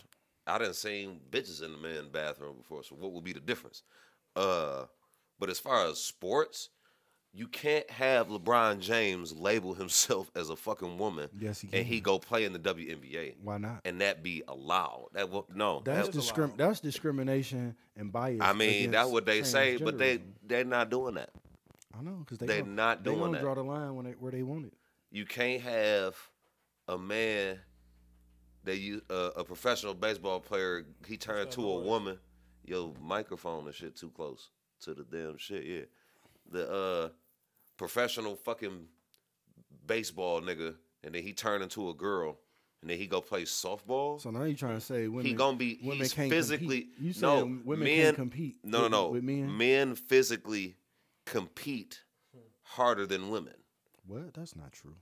[SPEAKER 5] I didn't seen bitches in the men bathroom before, so what would be the difference? Uh, but as far as sports, you can't have LeBron James label himself as a fucking woman,
[SPEAKER 4] Yes, he
[SPEAKER 5] and he go play in the WNBA,
[SPEAKER 4] Why not?
[SPEAKER 5] and that be allowed. That will no,
[SPEAKER 4] That's
[SPEAKER 5] that,
[SPEAKER 3] is
[SPEAKER 4] discrim-
[SPEAKER 3] allowed.
[SPEAKER 4] that's discrimination and bias.
[SPEAKER 5] I mean that's
[SPEAKER 4] against
[SPEAKER 5] what they say, but they
[SPEAKER 4] transgenderism.
[SPEAKER 5] they're not doing that.
[SPEAKER 4] I know because they
[SPEAKER 5] they
[SPEAKER 4] gon-
[SPEAKER 5] not
[SPEAKER 4] they
[SPEAKER 5] doing
[SPEAKER 4] gonna
[SPEAKER 5] that.
[SPEAKER 4] Draw the line when they, where they want it.
[SPEAKER 5] you can't have a man that you uh, a professional baseball player he turned to a woman your microphone and shit too close to the damn shit yeah the uh professional fucking baseball nigga and then he turned into a girl and then he go play softball
[SPEAKER 4] So now you trying to say women?
[SPEAKER 5] he gonna be
[SPEAKER 4] women
[SPEAKER 5] he's
[SPEAKER 4] can't
[SPEAKER 5] physically
[SPEAKER 4] compete. You
[SPEAKER 5] no
[SPEAKER 4] saying women
[SPEAKER 5] men
[SPEAKER 4] can't compete?
[SPEAKER 5] no no
[SPEAKER 4] with,
[SPEAKER 5] no
[SPEAKER 4] With men,
[SPEAKER 5] physically compete harder than women
[SPEAKER 4] what? That's not true.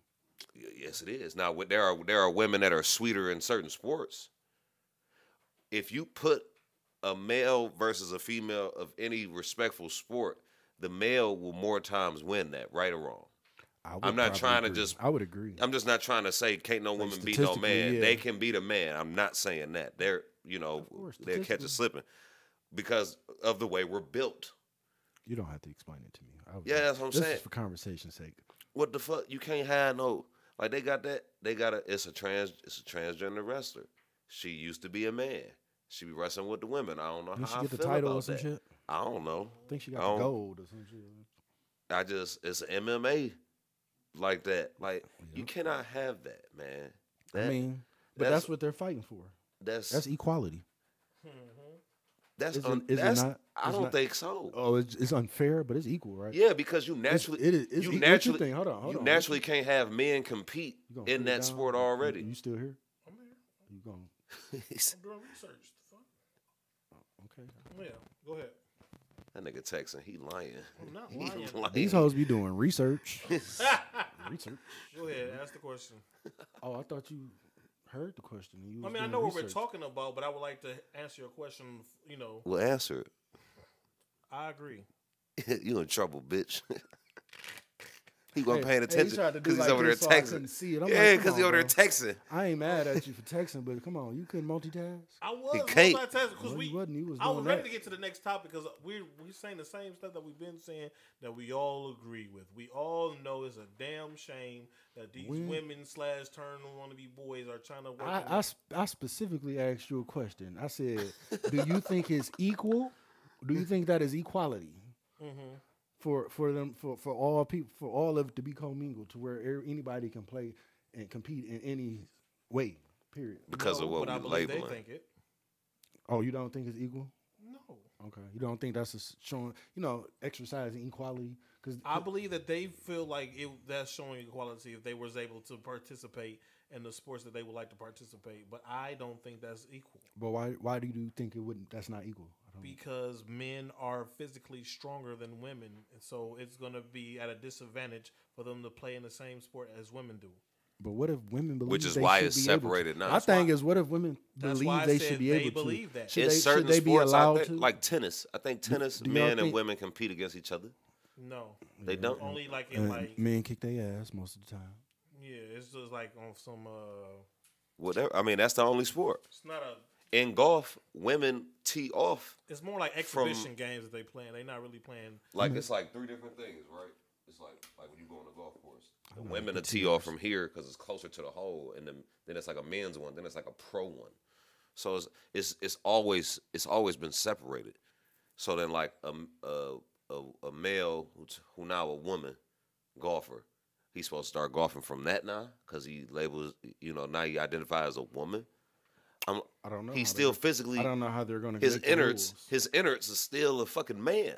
[SPEAKER 5] Y- Yes, it is. Now, wh- there are there are women that are sweeter in certain sports. If you put a male versus a female of any respectful sport, the male will more times win that, right or wrong.
[SPEAKER 4] I would
[SPEAKER 5] I'm not
[SPEAKER 4] probably
[SPEAKER 5] trying to
[SPEAKER 4] agree.
[SPEAKER 5] just-
[SPEAKER 4] I would agree.
[SPEAKER 5] I'm just not trying to say can't no woman beat no
[SPEAKER 4] statistically,
[SPEAKER 5] man.
[SPEAKER 4] yeah.
[SPEAKER 5] They can beat a man. I'm not saying that. They're you know
[SPEAKER 4] Of course,
[SPEAKER 5] they'll catch us slipping because of the way we're built.
[SPEAKER 4] you don't have to explain it to me. I would-
[SPEAKER 5] Yeah, that's what I'm
[SPEAKER 4] this
[SPEAKER 5] saying.
[SPEAKER 4] Is for conversation's sake.
[SPEAKER 5] what the fuck? You can't have no like they got that. They got a. It's a trans. It's a transgender wrestler. She used to be a man. She be wrestling with the women. I don't know
[SPEAKER 4] Did she
[SPEAKER 5] how
[SPEAKER 4] get
[SPEAKER 5] I
[SPEAKER 4] the
[SPEAKER 5] feel
[SPEAKER 4] title or
[SPEAKER 5] about
[SPEAKER 4] some
[SPEAKER 5] that.
[SPEAKER 4] shit?
[SPEAKER 5] I don't know.
[SPEAKER 4] I think she
[SPEAKER 5] I
[SPEAKER 4] got
[SPEAKER 5] don't-
[SPEAKER 4] the gold or some shit.
[SPEAKER 5] I just it's an MMA like that. Like you
[SPEAKER 4] Yep.
[SPEAKER 5] cannot have that, man. That,
[SPEAKER 4] Oh, I mean, but that's,
[SPEAKER 5] that's-
[SPEAKER 4] what they're fighting for.
[SPEAKER 5] that's
[SPEAKER 4] That's
[SPEAKER 5] that's
[SPEAKER 4] equality.
[SPEAKER 3] Mm-hmm.
[SPEAKER 5] that's,
[SPEAKER 4] is it-
[SPEAKER 5] un,
[SPEAKER 4] is it
[SPEAKER 5] that's
[SPEAKER 4] not-
[SPEAKER 5] I
[SPEAKER 4] is
[SPEAKER 5] don't
[SPEAKER 4] not-
[SPEAKER 5] think so.
[SPEAKER 4] Oh, it's, it's unfair, but it's equal, right?
[SPEAKER 5] yeah, because you
[SPEAKER 4] It's-
[SPEAKER 5] naturally
[SPEAKER 4] it is. It's
[SPEAKER 5] you
[SPEAKER 4] equal. What
[SPEAKER 5] naturally
[SPEAKER 4] think? Hold on, hold
[SPEAKER 5] you
[SPEAKER 4] on.
[SPEAKER 5] naturally can't have men compete
[SPEAKER 4] You gonna put
[SPEAKER 5] in
[SPEAKER 4] it
[SPEAKER 5] that
[SPEAKER 4] down?
[SPEAKER 5] sport
[SPEAKER 4] You-
[SPEAKER 5] already.
[SPEAKER 4] You, still here?
[SPEAKER 3] I'm here.
[SPEAKER 4] You going?
[SPEAKER 3] I'm doing research. The fuck?
[SPEAKER 4] Okay.
[SPEAKER 3] Yeah, go ahead.
[SPEAKER 5] that nigga texting, he lying.
[SPEAKER 3] I'm not
[SPEAKER 5] He
[SPEAKER 3] lying.
[SPEAKER 5] lying.
[SPEAKER 4] These hoes be doing research. research.
[SPEAKER 3] Go ahead, ask the question.
[SPEAKER 4] Oh, I thought you heard the question. and You
[SPEAKER 3] I
[SPEAKER 4] was
[SPEAKER 3] mean, I
[SPEAKER 4] doing
[SPEAKER 3] know what we're
[SPEAKER 4] research.
[SPEAKER 3] talking about, but I would like to answer your question. You know,
[SPEAKER 5] Well, answer
[SPEAKER 3] I agree.
[SPEAKER 5] it. you in trouble, bitch. he wasn't
[SPEAKER 4] Hey,
[SPEAKER 5] paying
[SPEAKER 4] hey, he
[SPEAKER 5] attention
[SPEAKER 4] tried to do
[SPEAKER 5] because he's
[SPEAKER 4] like
[SPEAKER 5] over there
[SPEAKER 4] this so I couldn't
[SPEAKER 5] texting.
[SPEAKER 4] see it. I'm
[SPEAKER 5] yeah,
[SPEAKER 4] like, come
[SPEAKER 5] because he
[SPEAKER 4] on,
[SPEAKER 5] over there
[SPEAKER 4] bro.
[SPEAKER 5] texting.
[SPEAKER 4] I ain't mad at you for texting, but come on, you couldn't multitask.
[SPEAKER 3] I was
[SPEAKER 5] He
[SPEAKER 3] multitasking
[SPEAKER 5] can't.
[SPEAKER 3] because
[SPEAKER 4] No,
[SPEAKER 3] we.
[SPEAKER 4] you wasn't. You was
[SPEAKER 3] I was
[SPEAKER 4] doing
[SPEAKER 3] ready
[SPEAKER 4] that.
[SPEAKER 3] to get to the next topic because we're we saying the same stuff that we've been saying that we all agree with. We all know it's a damn shame that these
[SPEAKER 4] When-
[SPEAKER 3] women slash turn want to be boys are trying to work.
[SPEAKER 4] I,
[SPEAKER 3] on
[SPEAKER 4] I,
[SPEAKER 3] it.
[SPEAKER 4] sp- I specifically asked you a question. I said, "Do you think it's equal? Do you think that is equality
[SPEAKER 3] Mm-hmm.
[SPEAKER 4] for for them for, for all people for all of it to be commingled to where er- anybody can play and compete in any way? Period.
[SPEAKER 5] Because of
[SPEAKER 3] No,
[SPEAKER 5] what
[SPEAKER 3] but I
[SPEAKER 5] we're
[SPEAKER 3] believe
[SPEAKER 5] labeling.
[SPEAKER 3] They think it.
[SPEAKER 4] Oh, you don't think it's equal?
[SPEAKER 3] No,
[SPEAKER 4] Okay, you don't think that's a s- showing you know exercising equality because
[SPEAKER 3] I believe that they feel like it, that's showing equality if they was able to participate in the sports that they would like to participate. But I don't think that's equal
[SPEAKER 4] But why why do you think it wouldn't? That's not equal. I don't,
[SPEAKER 3] because men are physically stronger than women, and so it's going to be at a disadvantage for them to play in the same sport as women do.
[SPEAKER 4] but what if women believe
[SPEAKER 5] Which is
[SPEAKER 4] they
[SPEAKER 5] why
[SPEAKER 4] should
[SPEAKER 5] it's
[SPEAKER 4] be able to?
[SPEAKER 5] separated now.
[SPEAKER 4] My
[SPEAKER 5] That's
[SPEAKER 4] thing
[SPEAKER 5] why-
[SPEAKER 4] is, what if women
[SPEAKER 3] That's
[SPEAKER 4] believe
[SPEAKER 3] why I
[SPEAKER 4] they
[SPEAKER 3] said
[SPEAKER 4] should be
[SPEAKER 3] they
[SPEAKER 4] able
[SPEAKER 3] believe
[SPEAKER 4] to?
[SPEAKER 3] that.
[SPEAKER 4] Should
[SPEAKER 5] it's
[SPEAKER 4] they,
[SPEAKER 5] certain
[SPEAKER 4] should they be
[SPEAKER 5] sports
[SPEAKER 4] allowed
[SPEAKER 5] out
[SPEAKER 4] to?
[SPEAKER 5] there, like tennis. I think tennis,
[SPEAKER 4] do y'all
[SPEAKER 5] men and
[SPEAKER 4] think-
[SPEAKER 5] women compete against each other.
[SPEAKER 3] No,
[SPEAKER 5] They don't.
[SPEAKER 3] only like
[SPEAKER 4] Uh,
[SPEAKER 3] in like
[SPEAKER 4] men kick their ass most of the time. Yeah,
[SPEAKER 3] yeah, it's just like on some. uh
[SPEAKER 5] Whatever. I mean, that's the only sport
[SPEAKER 3] It's not a.
[SPEAKER 5] in golf. Women tee off
[SPEAKER 3] It's more like
[SPEAKER 5] From-
[SPEAKER 3] exhibition games that they playing. They're not really playing.
[SPEAKER 5] like it's like three different things, right? It's like like when you go on a golf course, the women will tee off from here because it's closer to the hole, and then then it's like a men's one, then it's like a pro one. So it's it's it's always it's always been separated. So then like a m- a a, a male who, t- who now a woman golfer, he's supposed to start golfing from that now because he labels you know now he identifies as a woman. I'm,
[SPEAKER 4] I don't know.
[SPEAKER 5] he's
[SPEAKER 4] how
[SPEAKER 5] still
[SPEAKER 4] they're-
[SPEAKER 5] physically
[SPEAKER 4] I don't know how they're going to.
[SPEAKER 5] his innards his innards is still a fucking man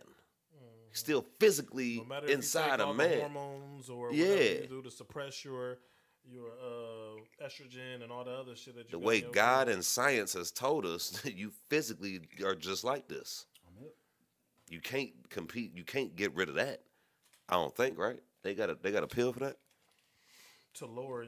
[SPEAKER 5] he's still physically
[SPEAKER 3] Mm-hmm. No matter if you
[SPEAKER 5] inside
[SPEAKER 3] take
[SPEAKER 5] a
[SPEAKER 3] all the
[SPEAKER 5] man
[SPEAKER 3] hormones or whatever
[SPEAKER 5] Yeah.
[SPEAKER 3] you do to suppress your your uh estrogen and all the other shit that you
[SPEAKER 5] The
[SPEAKER 3] got
[SPEAKER 5] way
[SPEAKER 3] in your
[SPEAKER 5] God
[SPEAKER 3] food.
[SPEAKER 5] and science has told us that you physically are just like this. You can't compete. You can't get rid of that. I don't think, right? They got a they got a pill for that.
[SPEAKER 3] to lower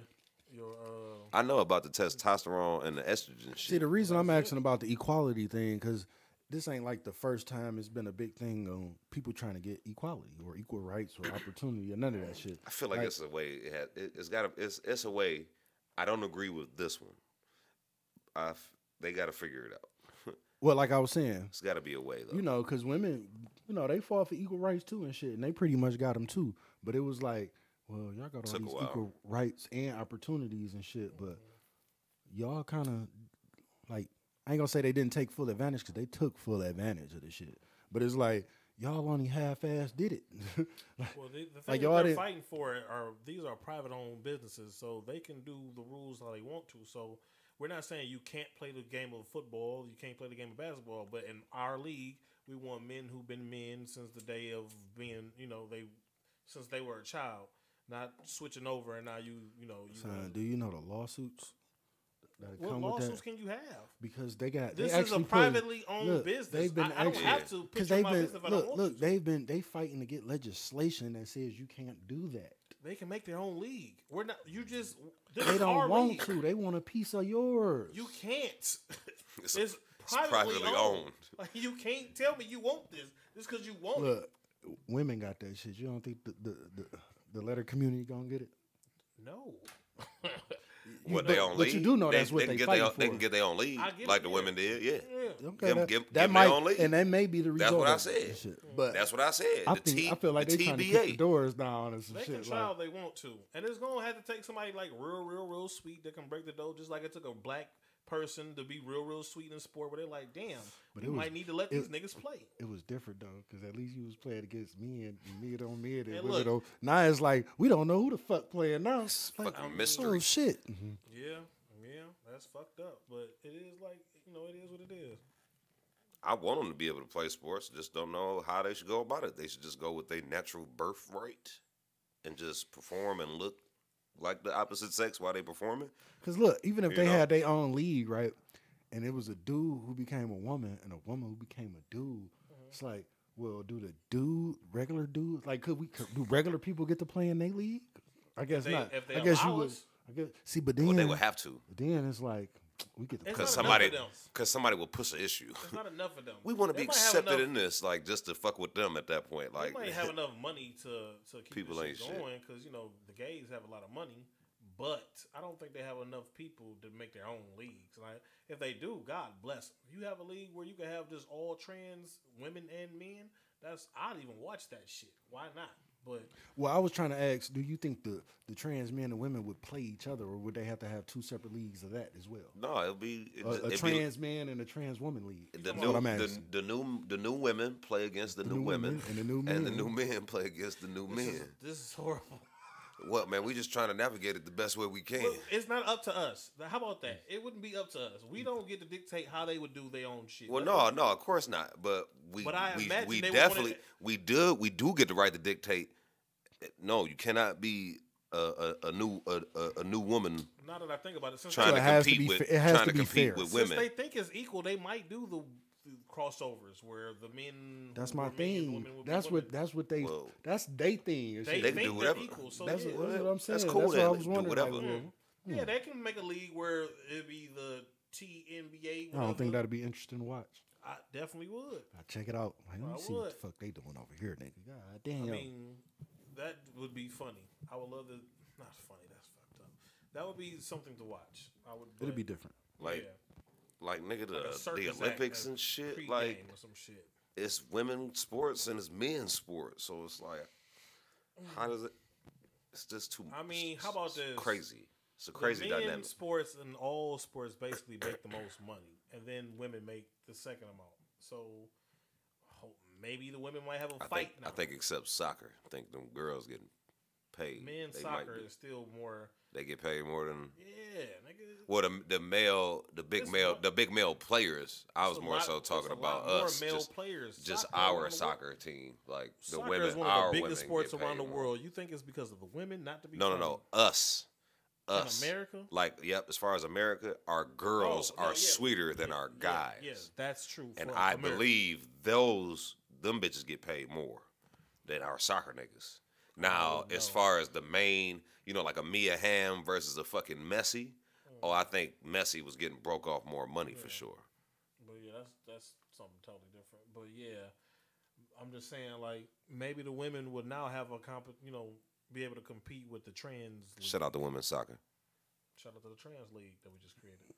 [SPEAKER 3] your uh,
[SPEAKER 5] I know about the testosterone and the estrogen
[SPEAKER 4] See,
[SPEAKER 5] shit.
[SPEAKER 4] the reason I'm asking about the equality thing, because this ain't like the first time it's been a big thing on people trying to get equality or equal rights or opportunity or none of that shit.
[SPEAKER 5] I feel like it's a way. It has, it, it's got. It's it's a way. I don't agree with this one. I f- they got to figure it out.
[SPEAKER 4] Well, like I was saying,
[SPEAKER 5] it's got to be a way though.
[SPEAKER 4] you know, because women, you know, they fought for equal rights too and shit, and they pretty much got them too. But it was like, well, y'all got all
[SPEAKER 5] Took a
[SPEAKER 4] these
[SPEAKER 5] while.
[SPEAKER 4] equal rights and opportunities and shit, but y'all kind of like, I ain't gonna say they didn't take full advantage because they took full advantage of the shit. But it's like, y'all only half ass did it. Like,
[SPEAKER 3] well, the, the thing that
[SPEAKER 4] Like, y'all
[SPEAKER 3] they're
[SPEAKER 4] didn't-
[SPEAKER 3] fighting for are these are private owned businesses, so they can do the rules how they want to. So we're not saying you can't play the game of football, you can't play the game of basketball, but in our league, we want men who've been men since the day of being, you know, they since they were a child, not switching over and now you, you know, you
[SPEAKER 4] son,
[SPEAKER 3] wanna-
[SPEAKER 4] do you know the lawsuits that
[SPEAKER 3] what
[SPEAKER 4] come with
[SPEAKER 3] lawsuits
[SPEAKER 4] that?
[SPEAKER 3] can you have?
[SPEAKER 4] Because they got they
[SPEAKER 3] This is a
[SPEAKER 4] actually put-
[SPEAKER 3] privately owned
[SPEAKER 4] look,
[SPEAKER 3] business.
[SPEAKER 4] They've been
[SPEAKER 3] I, I don't
[SPEAKER 4] actually-
[SPEAKER 3] have to
[SPEAKER 4] Because
[SPEAKER 3] picture
[SPEAKER 4] they've
[SPEAKER 3] my
[SPEAKER 4] been
[SPEAKER 3] business if I don't
[SPEAKER 4] look,
[SPEAKER 3] want
[SPEAKER 4] look,
[SPEAKER 3] to.
[SPEAKER 4] they've been they fighting to get legislation that says you can't do that.
[SPEAKER 3] They can make their own league. We're not. You just. This
[SPEAKER 4] They
[SPEAKER 3] is
[SPEAKER 4] don't
[SPEAKER 3] our
[SPEAKER 4] want
[SPEAKER 3] league.
[SPEAKER 4] to. They want a piece of yours.
[SPEAKER 3] You can't.
[SPEAKER 5] It's-
[SPEAKER 3] It's,
[SPEAKER 5] it's
[SPEAKER 3] privately,
[SPEAKER 5] privately
[SPEAKER 3] owned.
[SPEAKER 5] owned.
[SPEAKER 3] Like you can't tell me you want this. This because you want
[SPEAKER 4] look, women got that shit. You don't think the the the, the letter community gonna get it?
[SPEAKER 3] it. No.
[SPEAKER 5] what they own
[SPEAKER 4] but you
[SPEAKER 5] league?
[SPEAKER 4] do know
[SPEAKER 5] they,
[SPEAKER 4] that's what they
[SPEAKER 5] they can get their-
[SPEAKER 4] fighting
[SPEAKER 5] They
[SPEAKER 4] for.
[SPEAKER 5] can get their own league,
[SPEAKER 3] I get
[SPEAKER 5] like
[SPEAKER 3] it,
[SPEAKER 5] the
[SPEAKER 3] yeah.
[SPEAKER 5] women did. Yeah,
[SPEAKER 3] Yeah.
[SPEAKER 4] Okay,
[SPEAKER 5] Give-
[SPEAKER 4] that,
[SPEAKER 5] give-
[SPEAKER 4] that
[SPEAKER 5] give me
[SPEAKER 4] might
[SPEAKER 5] all leave.
[SPEAKER 4] and that may be the
[SPEAKER 5] That's
[SPEAKER 4] result.
[SPEAKER 5] what I
[SPEAKER 4] of that
[SPEAKER 5] said.
[SPEAKER 4] shit. But
[SPEAKER 5] that's what I said.
[SPEAKER 4] I
[SPEAKER 5] the
[SPEAKER 4] think
[SPEAKER 5] T,
[SPEAKER 4] I feel like
[SPEAKER 5] the
[SPEAKER 4] they
[SPEAKER 5] TBA.
[SPEAKER 4] trying to kick the doors down and some
[SPEAKER 3] They can
[SPEAKER 4] shit.
[SPEAKER 3] try
[SPEAKER 4] Like,
[SPEAKER 3] all they want to, and it's gonna have to take somebody like real, real, real sweet that can break the door, just like it took a black person to be real, real sweet in sport. Where they're like, damn,
[SPEAKER 4] But
[SPEAKER 3] we
[SPEAKER 4] it was-
[SPEAKER 3] might need to let these
[SPEAKER 4] it-
[SPEAKER 3] niggas play.
[SPEAKER 4] it was different though, because at least you was playing against men, and men on men, and
[SPEAKER 3] Hey,
[SPEAKER 4] women
[SPEAKER 3] look.
[SPEAKER 4] on. Now it's like we don't know who the fuck playing now. Like,
[SPEAKER 5] fucking mystery.
[SPEAKER 4] Oh shit!
[SPEAKER 3] Yeah, yeah, that's fucked up, but it is like you know, it is what it is.
[SPEAKER 5] I want them to be able to play sports. Just don't know how they should go about it. They should just go with their natural birthright and just perform and look like the opposite sex while they performing.
[SPEAKER 4] Because look, even if
[SPEAKER 5] You
[SPEAKER 4] they
[SPEAKER 5] know?
[SPEAKER 4] had their own league, right, and it was a dude who became a woman and a woman who became a dude,
[SPEAKER 3] Mm-hmm.
[SPEAKER 4] it's like, well, do the dude regular dudes like could we could, do regular people get to play in their league? I guess
[SPEAKER 3] they-
[SPEAKER 4] not.
[SPEAKER 3] if they
[SPEAKER 4] I guess
[SPEAKER 3] allow
[SPEAKER 4] you would.
[SPEAKER 3] us.
[SPEAKER 4] I guess see, but then
[SPEAKER 5] Well, they would have to
[SPEAKER 4] then it's like we get to
[SPEAKER 3] It's
[SPEAKER 4] play.
[SPEAKER 5] because
[SPEAKER 3] not enough
[SPEAKER 5] somebody
[SPEAKER 3] of them.
[SPEAKER 5] because somebody will push an issue.
[SPEAKER 3] There's not enough of them.
[SPEAKER 5] We want to be
[SPEAKER 3] They might have
[SPEAKER 5] accepted
[SPEAKER 3] enough-
[SPEAKER 5] in this, like just to fuck with them at that point. Like
[SPEAKER 3] they might have enough money to to keep people
[SPEAKER 5] People
[SPEAKER 3] shit
[SPEAKER 5] ain't shit.
[SPEAKER 3] going because you know the gays have a lot of money, but I don't think they have enough people to make their own leagues. Like if they do, God bless 'em. You have a league where you can have just all trans women and men. That's I'd even watch that shit. Why not? But
[SPEAKER 4] Well, I was trying to ask, do you think the the trans men and women would play each other, or would they have to have two separate leagues of that as well?
[SPEAKER 5] no, it'll be it
[SPEAKER 4] A,
[SPEAKER 5] just-
[SPEAKER 4] a
[SPEAKER 5] it'd be-
[SPEAKER 4] trans man and a trans woman league.
[SPEAKER 5] the
[SPEAKER 4] That's
[SPEAKER 5] new,
[SPEAKER 4] what I'm
[SPEAKER 5] the,
[SPEAKER 4] asking.
[SPEAKER 5] the new the new women play against the, new,
[SPEAKER 4] new
[SPEAKER 5] women,
[SPEAKER 4] women and the new
[SPEAKER 5] and the
[SPEAKER 4] men.
[SPEAKER 5] new men play against the new
[SPEAKER 3] this
[SPEAKER 5] men.
[SPEAKER 3] is, this is horrible.
[SPEAKER 5] What man? We just trying to navigate it the best way we can.
[SPEAKER 3] But it's not up to us. Now, How about that?
[SPEAKER 5] Mm.
[SPEAKER 3] It wouldn't be up to us. We don't get to dictate how they would do their own shit.
[SPEAKER 5] Well,
[SPEAKER 3] That's-
[SPEAKER 5] no, no, of course not. But we,
[SPEAKER 3] But I
[SPEAKER 5] we,
[SPEAKER 3] imagine
[SPEAKER 5] we
[SPEAKER 3] they would
[SPEAKER 5] definitely,
[SPEAKER 3] wanna-
[SPEAKER 5] we do, we do get the right to dictate. No, you cannot be a, a, a new, a, a, a new woman
[SPEAKER 3] Now that I think about it, since
[SPEAKER 5] trying
[SPEAKER 4] it
[SPEAKER 5] to
[SPEAKER 4] has to
[SPEAKER 5] compete
[SPEAKER 4] be
[SPEAKER 5] with,
[SPEAKER 4] fa- it has
[SPEAKER 5] trying
[SPEAKER 4] to
[SPEAKER 5] to
[SPEAKER 4] be
[SPEAKER 5] compete
[SPEAKER 4] fair.
[SPEAKER 5] with
[SPEAKER 3] Since
[SPEAKER 5] women.
[SPEAKER 3] they think it's equal, they might do the, the crossovers where the men.
[SPEAKER 4] That's
[SPEAKER 3] were
[SPEAKER 4] my
[SPEAKER 3] men,
[SPEAKER 4] thing.
[SPEAKER 3] women would be
[SPEAKER 4] That's what.
[SPEAKER 3] women.
[SPEAKER 4] That's what they.
[SPEAKER 5] Whoa.
[SPEAKER 4] That's they thing. and
[SPEAKER 3] they,
[SPEAKER 4] shit.
[SPEAKER 5] they
[SPEAKER 3] think
[SPEAKER 5] can do
[SPEAKER 3] they're
[SPEAKER 5] whatever.
[SPEAKER 3] equal. So
[SPEAKER 4] that's,
[SPEAKER 3] yeah,
[SPEAKER 4] what, that's what I'm saying. That's,
[SPEAKER 5] That's cool
[SPEAKER 4] what I
[SPEAKER 5] then.
[SPEAKER 4] was
[SPEAKER 5] Do
[SPEAKER 4] wondering.
[SPEAKER 5] whatever.
[SPEAKER 4] like, well,
[SPEAKER 3] Mm. yeah, they can make a league where it'd be the TNBA.
[SPEAKER 4] I don't
[SPEAKER 3] whatever.
[SPEAKER 4] think that'd be interesting to watch.
[SPEAKER 3] I definitely would.
[SPEAKER 4] I check it out. Like, let me
[SPEAKER 3] I
[SPEAKER 4] see what the
[SPEAKER 3] would.
[SPEAKER 4] fuck they doing over here, nigga. God damn.
[SPEAKER 3] I mean, that would be funny. I would love to. Not funny. That's fucked up. That would be something to watch. I would.
[SPEAKER 4] It'd
[SPEAKER 3] but-
[SPEAKER 4] be different.
[SPEAKER 5] like,
[SPEAKER 3] yeah,
[SPEAKER 5] like nigga,
[SPEAKER 3] like a
[SPEAKER 5] the,
[SPEAKER 3] circus
[SPEAKER 5] the
[SPEAKER 3] act
[SPEAKER 5] Olympics
[SPEAKER 3] as
[SPEAKER 5] and shit.
[SPEAKER 3] pregame
[SPEAKER 5] Like
[SPEAKER 3] or some shit.
[SPEAKER 5] it's women sports and it's men sports. So it's like, how does it? It's just too.
[SPEAKER 3] I mean,
[SPEAKER 5] it's
[SPEAKER 3] how about
[SPEAKER 5] just
[SPEAKER 3] this?
[SPEAKER 5] Crazy. It's a
[SPEAKER 3] The
[SPEAKER 5] crazy
[SPEAKER 3] men
[SPEAKER 5] dynamic.
[SPEAKER 3] Sports and all sports basically make the most money, and then women make the second amount. So ho- maybe the women might have a
[SPEAKER 5] I
[SPEAKER 3] fight
[SPEAKER 5] think,
[SPEAKER 3] now.
[SPEAKER 5] I think except soccer. I think them girls getting paid.
[SPEAKER 3] men's
[SPEAKER 5] might
[SPEAKER 3] soccer
[SPEAKER 5] get-
[SPEAKER 3] is still more.
[SPEAKER 5] They get paid more than
[SPEAKER 3] Yeah, nigga.
[SPEAKER 5] well the the male the big
[SPEAKER 3] It's
[SPEAKER 5] male
[SPEAKER 3] not-
[SPEAKER 5] the big male players. I was
[SPEAKER 3] It's a
[SPEAKER 5] more
[SPEAKER 3] lot-
[SPEAKER 5] so
[SPEAKER 3] it's
[SPEAKER 5] talking
[SPEAKER 3] a lot
[SPEAKER 5] about
[SPEAKER 3] more
[SPEAKER 5] us
[SPEAKER 3] male
[SPEAKER 5] just,
[SPEAKER 3] players.
[SPEAKER 5] just
[SPEAKER 3] Soccer around the
[SPEAKER 5] our
[SPEAKER 3] world-
[SPEAKER 5] soccer team like the
[SPEAKER 3] soccer
[SPEAKER 5] women
[SPEAKER 3] is one
[SPEAKER 5] our
[SPEAKER 3] of the
[SPEAKER 5] women
[SPEAKER 3] biggest sports
[SPEAKER 5] get
[SPEAKER 3] around
[SPEAKER 5] paid
[SPEAKER 3] the
[SPEAKER 5] more.
[SPEAKER 3] world. You think it's because of the women, not to be
[SPEAKER 5] No no
[SPEAKER 3] funny.
[SPEAKER 5] no us us.
[SPEAKER 3] America?
[SPEAKER 5] Like, yep, as far as America, our girls
[SPEAKER 3] Oh, no,
[SPEAKER 5] are
[SPEAKER 3] yeah.
[SPEAKER 5] sweeter than
[SPEAKER 3] Yeah,
[SPEAKER 5] our
[SPEAKER 3] yeah,
[SPEAKER 5] guys.
[SPEAKER 3] Yeah, that's true.
[SPEAKER 5] And
[SPEAKER 3] for
[SPEAKER 5] I
[SPEAKER 3] America.
[SPEAKER 5] believe those them bitches get paid more than our soccer niggas. Now,
[SPEAKER 3] Oh,
[SPEAKER 5] as far as the main, you know, like a Mia Hamm versus a fucking Messi,
[SPEAKER 3] Mm.
[SPEAKER 5] oh, I think Messi was getting broke off more money for sure.
[SPEAKER 3] But yeah, that's that's something totally different. But yeah, I'm just saying like maybe the women would now have a comp, you know, be able to compete with the trans. League.
[SPEAKER 5] Shout out to women's soccer.
[SPEAKER 3] Shout out to the trans league that we just created.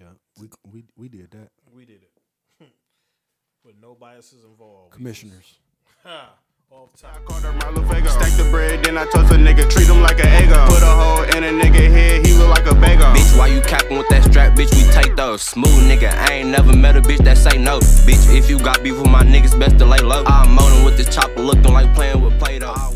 [SPEAKER 4] Yeah, we we we did that.
[SPEAKER 3] We did it with no biases involved.
[SPEAKER 4] Commissioners.
[SPEAKER 3] Ha, off
[SPEAKER 2] I
[SPEAKER 3] top.
[SPEAKER 2] called her my little Fago. Stack the bread, then I toss a nigga, treat him like an eggo. Put a hole in a nigga head, he look like a bagel.
[SPEAKER 1] Bitch, why you capping with that strap? Bitch, we take those. Smooth nigga, I ain't never met a bitch that say no. Bitch, if you got beef with my niggas, best to lay low. I'm moaning with this chopper looking like playing with Play Doh.